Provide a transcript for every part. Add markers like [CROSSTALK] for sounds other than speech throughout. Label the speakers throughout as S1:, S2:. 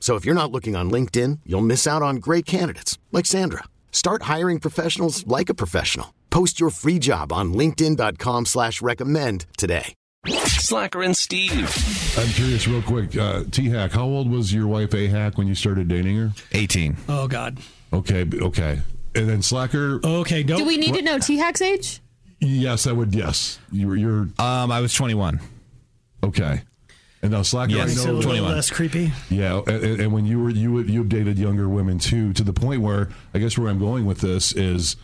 S1: So if you're not looking on LinkedIn, you'll miss out on great candidates like Sandra. Start hiring professionals like a professional. Post your free job on linkedin.com slash recommend today.
S2: Slacker and Steve.
S3: I'm curious, real quick, uh, T Hack, how old was your wife A Hack when you started dating her?
S4: 18.
S5: Oh God.
S3: Okay, b- okay. And then Slacker,
S5: Okay. Don't.
S6: Do we need to know T Hack's age?
S3: yes, I would, yes. You're, you're
S4: Um, I was 21.
S3: okay. And now Slacker,
S4: Yes.
S3: I
S5: it's a
S3: know,
S5: little
S4: 21.
S5: less creepy.
S3: yeah. And, and- and when you were you would- you have dated younger women too, to the point where I guess where I'm going with this is.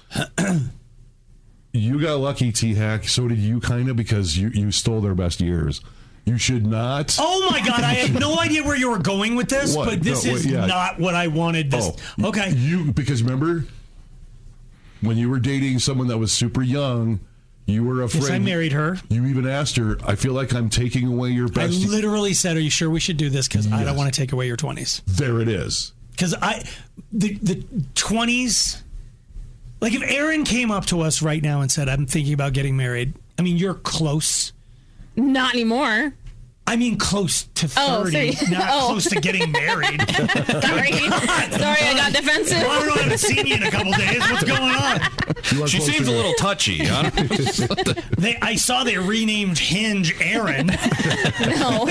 S3: You got lucky, T Hack. So did you, kind of, because you, you stole their best years. You should not.
S5: Oh my God! I had no idea where you were going with this,
S3: What?
S5: but this
S3: No,
S5: is
S3: wait, yeah. Oh,
S5: not what I wanted. This.
S3: y-
S5: okay.
S3: You because remember when you were dating someone that was super young, you were afraid.
S5: Yes, I married her.
S3: You even asked her, "I feel like I'm taking away your
S5: I
S3: best." y-"
S5: literally said, "Are you sure we should do this?" Because I don't want to take away your twenties.
S3: there it is.
S5: Because I, the the twenties, like if Aaron came up to us right now and said, "I'm thinking about getting married," I mean, you're close.
S6: Not anymore. [LAUGHS]
S5: I mean, close to
S6: Oh,
S5: thirty,
S6: sorry.
S5: not
S6: [LAUGHS] Oh.
S5: close to
S3: [LAUGHS]
S5: getting married.
S6: Sorry. Sorry, I got defensive.
S5: Well,
S6: [LAUGHS]
S5: I don't know. I haven't seen you in a couple days. What's going on?
S3: You are
S4: She
S3: close
S4: seems
S3: to her.
S4: a little touchy. I
S5: [LAUGHS]
S4: don't-
S5: They, I saw they renamed Hinge Aaron.
S6: No.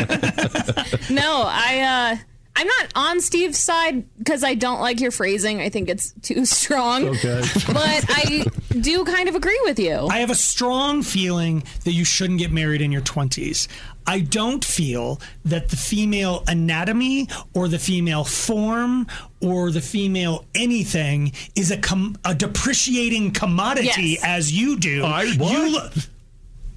S6: no, I uh I'm not on Steve's side because I don't like your phrasing. I think it's too strong.
S5: [LAUGHS]
S3: Okay.
S6: But I do kind of agree with you.
S5: I have a strong feeling that you shouldn't get married in your 20s. I don't feel that the female anatomy or the female form or the female anything is a com- a depreciating commodity
S6: Yes.
S5: as you do.
S3: I-
S5: You,
S3: what?
S5: lo-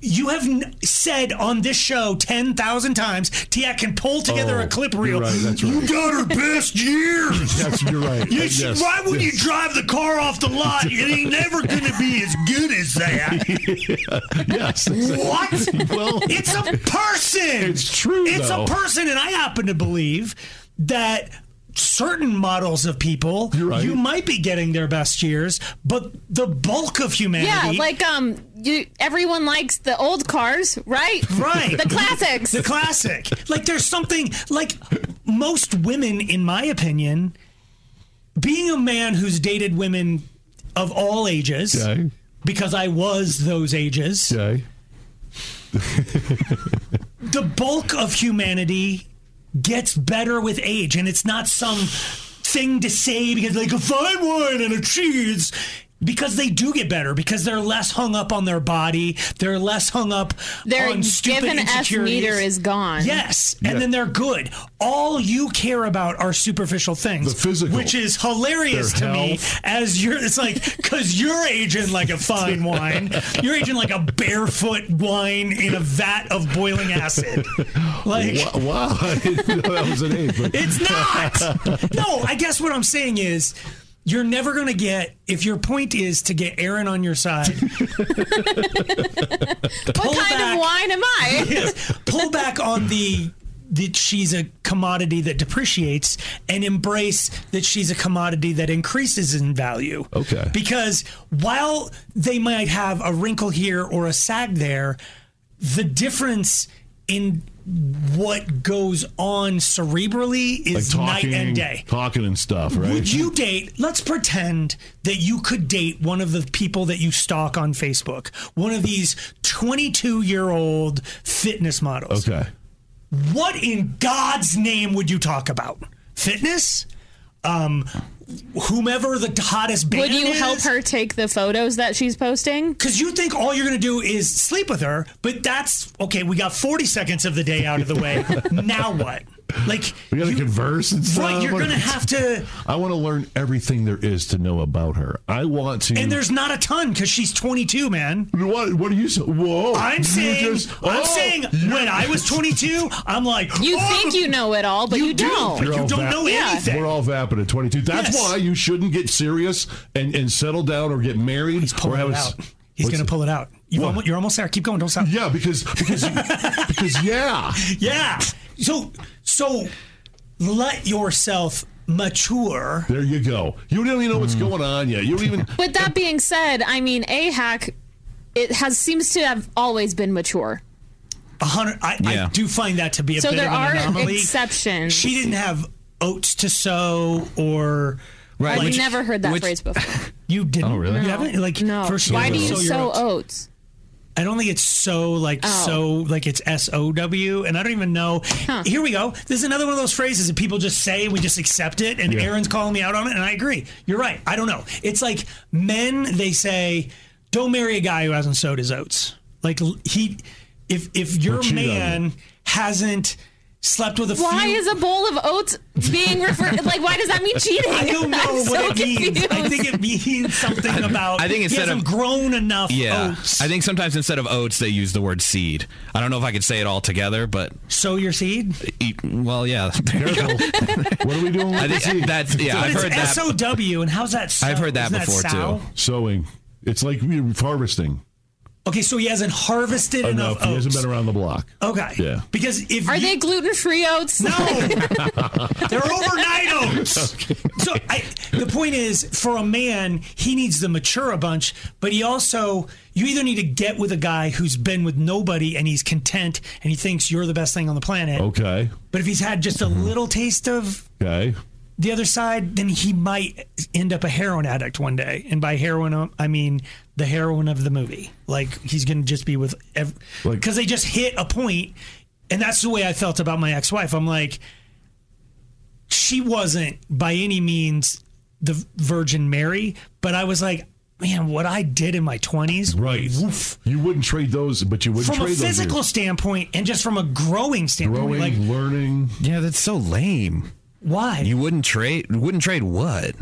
S5: you have n- said on this show 10,000 times, Tia can pull together
S3: Oh,
S5: a clip
S3: you're
S5: reel.
S3: right, that's
S5: You
S3: right.
S5: got her
S3: [LAUGHS]
S5: best years.
S3: Yes, you're right.
S5: You
S3: Uh,
S5: should-
S3: yes,
S5: why would
S3: yes.
S5: you drive the car off the lot? It ain't never going to be as good
S3: [LAUGHS]
S5: as that.
S3: Yes.
S5: What?
S3: [LAUGHS] Well-
S5: it's a person.
S3: It's true,
S5: It's
S3: though.
S5: a person, and I happen to believe that certain models of people
S3: You're right.
S5: you might be getting their best years, but the bulk of
S6: yeah,
S5: humanity,
S6: like um you everyone likes the old cars, right?
S5: Right.
S6: The classics.
S3: [LAUGHS]
S5: the classic, like there's something like most women, in my opinion, being a man who's dated women of all ages.
S3: Okay.
S5: Because I was those ages.
S3: Okay.
S5: the bulk of humanity gets better with age, and it's not some thing to say because like a fine wine and a cheese. Because they do get better, because they're less hung up on their body, they're less hung up
S6: Their
S5: on stupid
S6: given S
S5: insecurities.
S6: meter is gone.
S5: Yes, and then they're good. All you care about are superficial things,
S3: The physical.
S5: which is hilarious to
S3: Their
S5: me.
S3: health.
S5: As you're, it's like because you're aging like
S3: [LAUGHS]
S5: a fine wine, you're aging like a barefoot wine in a vat of boiling acid. Like
S3: Wow, wow. [LAUGHS] I didn't know that was an eight. But
S5: it's not. no, I guess what I'm saying is. You're never going to get, if your point is to get Aaron on your side,
S6: what
S5: pull
S6: kind
S5: back.
S6: of wine am I?
S5: [LAUGHS] yes. Pull back on the that she's a commodity that depreciates and embrace that she's a commodity that increases in value.
S3: Okay.
S5: Because while they might have a wrinkle here or a sag there, the difference in what goes on cerebrally
S3: like
S5: is
S3: talking,
S5: night and day.
S3: talking and stuff, right?
S5: Would you date? Let's pretend that you could date one of the people that you stalk on Facebook, one of these 22 year old fitness models.
S3: Okay.
S5: What in God's name would you talk about? Fitness? Um, whomever the hottest band
S6: Would you
S5: is,
S6: help her take the photos that she's posting?
S5: Because you think all you're going to do is sleep with her, but that's okay. We got 40 seconds of the day out of the
S6: [LAUGHS]
S5: way. now what? Like,
S3: We gotta converse and stuff.
S5: right, you're
S3: What-
S5: going to have to.
S3: I want to learn everything there is to know about her. I want to.
S5: And there's not a ton because she's 22, man.
S3: what? What are you? So, whoa!
S5: I'm
S3: You
S5: saying,
S3: just-
S5: I'm
S3: oh,
S5: saying,
S3: you-
S5: when I was 22, I'm like,
S6: You
S5: "Oh,
S6: think you know it all, but you,
S5: do,
S6: don't.
S5: but
S3: You're
S5: you
S3: all
S5: don't
S3: back-
S5: know
S6: Yeah.
S5: anything.
S3: We're all vapid at 22. That's
S5: Yes.
S3: why you shouldn't get serious and, and settle down or get married
S5: He's pulling
S3: or have
S5: it
S3: a s-
S5: out. He's
S3: what's it?
S5: going to pull it out. You've
S3: What?
S5: almo- you're almost there. Keep going. Don't stop.
S3: Yeah, because
S5: [LAUGHS]
S3: because you, because yeah.
S5: Yeah. So so let yourself mature.
S3: There you go. You don't even know
S5: Hmm.
S3: what's going on yet. You don't even.
S6: But that being said, I mean, a hack, it has seems to have always been mature.
S5: A hundred. I, I
S4: Yeah.
S5: do find that to be a
S6: So
S5: bit
S6: there
S5: of an
S6: are
S5: anomaly.
S6: exceptions.
S5: She didn't have oats to sow, or
S4: Right.
S6: I've
S4: which-
S6: never heard that
S4: which-
S6: phrase
S5: [LAUGHS]
S6: before.
S5: you didn't.
S3: Oh, really?
S5: You haven't. Like
S6: No.
S5: First of
S6: Why
S5: all,
S6: do you
S5: sow your
S6: sow
S5: oats.
S6: oats?
S5: I don't think it's so like
S6: Oh.
S5: so like it's S O W, and I don't even know. Here we go. This is another one of those phrases that people just say and we just accept it. And Aaron's calling me out on it, and I agree. You're right. I don't know. It's like men they say, "Don't marry a guy who hasn't sowed his oats." Like l- he, if if your
S3: cheat on
S5: man hasn't slept with a
S6: Why
S5: few,
S6: is a bowl of oats being
S5: [LAUGHS]
S6: referred? like, why does that mean cheating?
S5: I
S6: [LAUGHS]
S5: don't know
S6: I'm
S5: what
S6: so
S5: it means. I
S6: confused.
S5: think it means something about.
S4: I think
S5: he
S4: instead
S5: hasn't
S4: of-
S5: grown enough
S4: Yeah.
S5: oats.
S4: I think sometimes instead of oats, they use the word seed. I don't know if I could say it all together, but
S5: sow your seed.
S4: eat, well, yeah. [LAUGHS]
S3: Careful. what are we
S5: [LAUGHS]
S3: doing? With
S4: I
S3: this?
S4: think that's, yeah,
S5: But
S4: I've
S5: it's
S4: heard that.
S5: S O W, and how's that? Sow?
S4: I've heard that
S5: Isn't
S4: before, too.
S5: sow?
S3: Sowing. It's like we we're harvesting
S5: Okay, so he hasn't harvested enough,
S3: enough. Oh, He
S5: oats.
S3: hasn't been around the block.
S5: okay.
S3: Yeah.
S5: Because if
S6: Are
S5: you-
S6: they gluten free oats?
S5: [LAUGHS] no, they're overnight oats. So I, the point is, for a man, he needs to mature a bunch, but he also you either need to get with a guy who's been with nobody and he's content and he thinks you're the best thing on the planet.
S3: Okay. Mm-hmm.
S5: But if he's had just a little taste of
S3: Okay.
S5: the other side, then he might end up a heroin addict one day. And by heroin, I mean the heroin of the movie. Like he's going to just be with because
S3: Like-
S5: they just hit a point, and that's the way I felt about my ex-wife. I'm like, she wasn't by any means the Virgin Mary, but I was like, man, what I did in my 20s,
S3: Right.
S5: woof.
S3: You wouldn't trade those, but you wouldn't
S5: From a
S3: trade those.
S5: physical
S3: years.
S5: standpoint, and just from a growing standpoint,
S3: growing,
S5: like
S3: learning.
S4: yeah, that's so lame.
S5: why?
S4: You wouldn't trade, wouldn't trade what?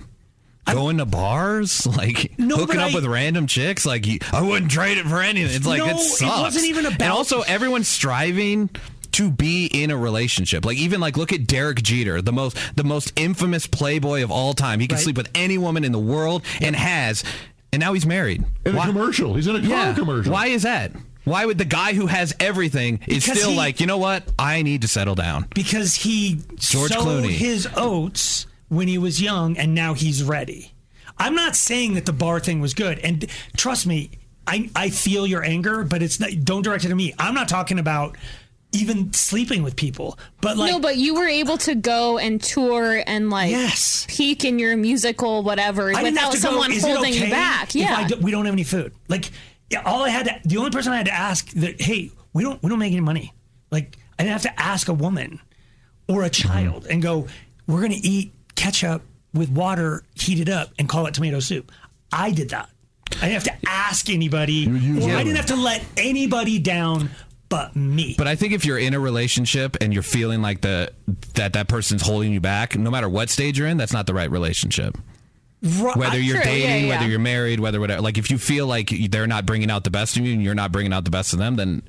S4: Going to bars, [LAUGHS] like
S5: No,
S4: hooking
S5: but
S4: up
S5: I-
S4: with random chicks, like you, I wouldn't trade it for anything. It's like
S5: No,
S4: it
S5: it
S4: sucks.
S5: wasn't even about-
S4: And also, everyone's striving to be in a relationship. Like even like look at Derek Jeter, the most the most infamous playboy of all time. He can
S5: Right.
S4: sleep with any woman in the world and has, and now he's married.
S3: In
S4: Why-
S3: a commercial. He's in a car
S4: yeah.
S3: commercial.
S4: Why is that? Why would the guy who has everything is
S5: Because
S4: still
S5: he-
S4: like, you know what? I need to settle down.
S5: because he
S4: George
S5: sowed
S4: Clooney.
S5: his oats when he was young and now he's ready. I'm not saying that the bar thing was good and trust me, I I feel your anger, but it's not don't direct it at me. I'm not talking about even sleeping with people, but like
S6: No, but you were able to go and tour and like
S5: Yes.
S6: peak in your musical whatever
S5: I didn't
S6: without
S5: have to go,
S6: someone
S5: "Is it
S6: holding
S5: okay
S6: you back.
S5: if
S6: Yeah.
S5: I do- we don't have any food. Like yeah, all I had to, the only person I had to ask that hey, we don't we don't make any money. Like I didn't have to ask a woman or a child and go, we're gonna eat ketchup with water heated up and call it tomato soup. I did that. I didn't have to ask anybody.
S3: use
S5: Or I
S3: them.
S5: didn't have to let anybody down but me.
S4: But I think if you're in a relationship and you're feeling like the that that person's holding you back, no matter what stage you're in, that's not the right relationship.
S5: Ru-
S4: Whether
S5: I-
S4: you're
S6: Uh, True, yeah,
S4: dating, whether
S6: yeah.
S4: you're married, whether whatever, like if you feel like they're not bringing out the best of you and you're not bringing out the best of them, then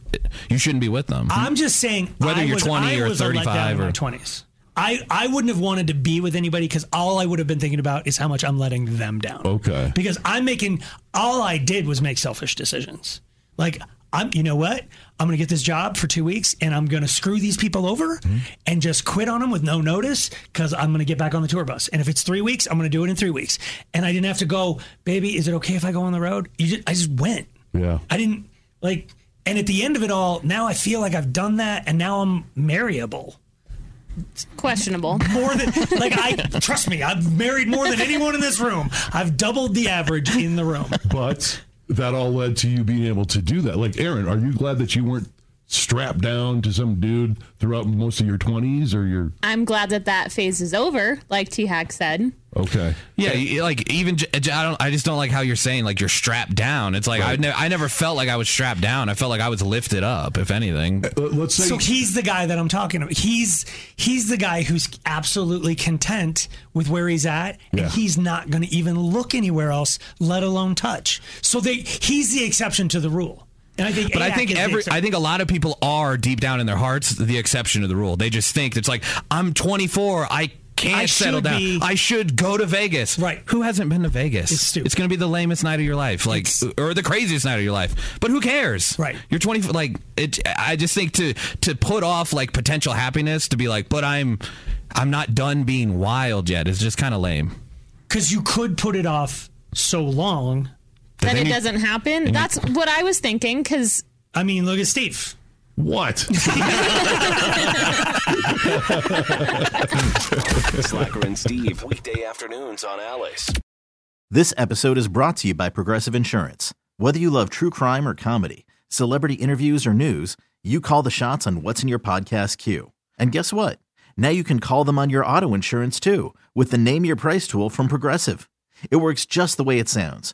S4: you shouldn't be with them.
S6: Uh,
S5: I'm just saying.
S4: Whether
S5: I
S4: you're
S5: was,
S4: 20
S5: I
S4: or
S5: was a letdown
S4: 35
S5: in my
S4: or-
S5: twenties, I I wouldn't have wanted to be with anybody because all I would have been thinking about is how much I'm letting them down.
S3: Okay.
S5: Because I'm making all I did was make selfish decisions. Like I'm, you know what? I'm going to get this job for two weeks and I'm going to screw these people over and just quit on them with no notice because I'm going to get back on the tour bus. And if it's three weeks, I'm going to do it in three weeks. And I didn't have to go, baby. Is it okay if I go on the road? You just, I just went.
S3: Yeah.
S5: I didn't like, and at the end of it all, now I feel like I've done that, and now I'm marryable
S6: Questionable.
S5: more than like I trust me. I've married more than anyone in this room. I've doubled the average in the room.
S3: But that all led to you being able to do that. Like Aaron, are you glad that you weren't strapped down to some dude throughout most of your 20s or your.
S6: I'm glad that that phase is over, like T Hack said.
S3: Okay.
S4: Yeah, you- like even j- j- I don't. I just don't like how you're saying like you're strapped down. It's like I, ne- I never felt like I was strapped down. I felt like I was lifted up. If anything,
S3: Let- Let's say.
S5: So he's the guy that I'm talking about. He's he's the guy who's absolutely content with where he's at, and
S3: Yeah.
S5: he's not going to even look anywhere else, let alone touch. So they he's the exception to the rule. And I think,
S4: But I
S5: Ayak
S4: think
S5: is the
S4: every
S5: exception.
S4: I think a lot of people are deep down in their hearts the exception to the rule. They just think it's like I'm 24. I can't
S5: I
S4: settle
S5: should
S4: down.
S5: be-
S4: I should go to Vegas.
S5: Right.
S4: Who hasn't been to Vegas?
S5: It's stupid.
S4: going to be the lamest night of your life, like or the craziest night of your life. But who cares?
S5: Right.
S4: You're 24. Like it. I just think to to put off like potential happiness to be like, but I'm I'm not done being wild yet. It's just kind of lame.
S5: because you could put it off so long.
S6: That
S4: then
S6: it
S4: you-
S6: doesn't happen. That's what I was thinking because
S5: I mean, look at Steve.
S7: [LAUGHS]
S3: what?
S2: Slacker and Steve, weekday afternoons on Alice.
S8: This episode is brought to you by Progressive Insurance. Whether you love true crime or comedy, celebrity interviews or news, you call the shots on what's in your podcast queue. And guess what? Now you can call them on your auto insurance too with the Name Your Price tool from Progressive. It works just the way it sounds.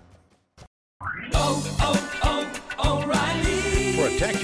S7: Protect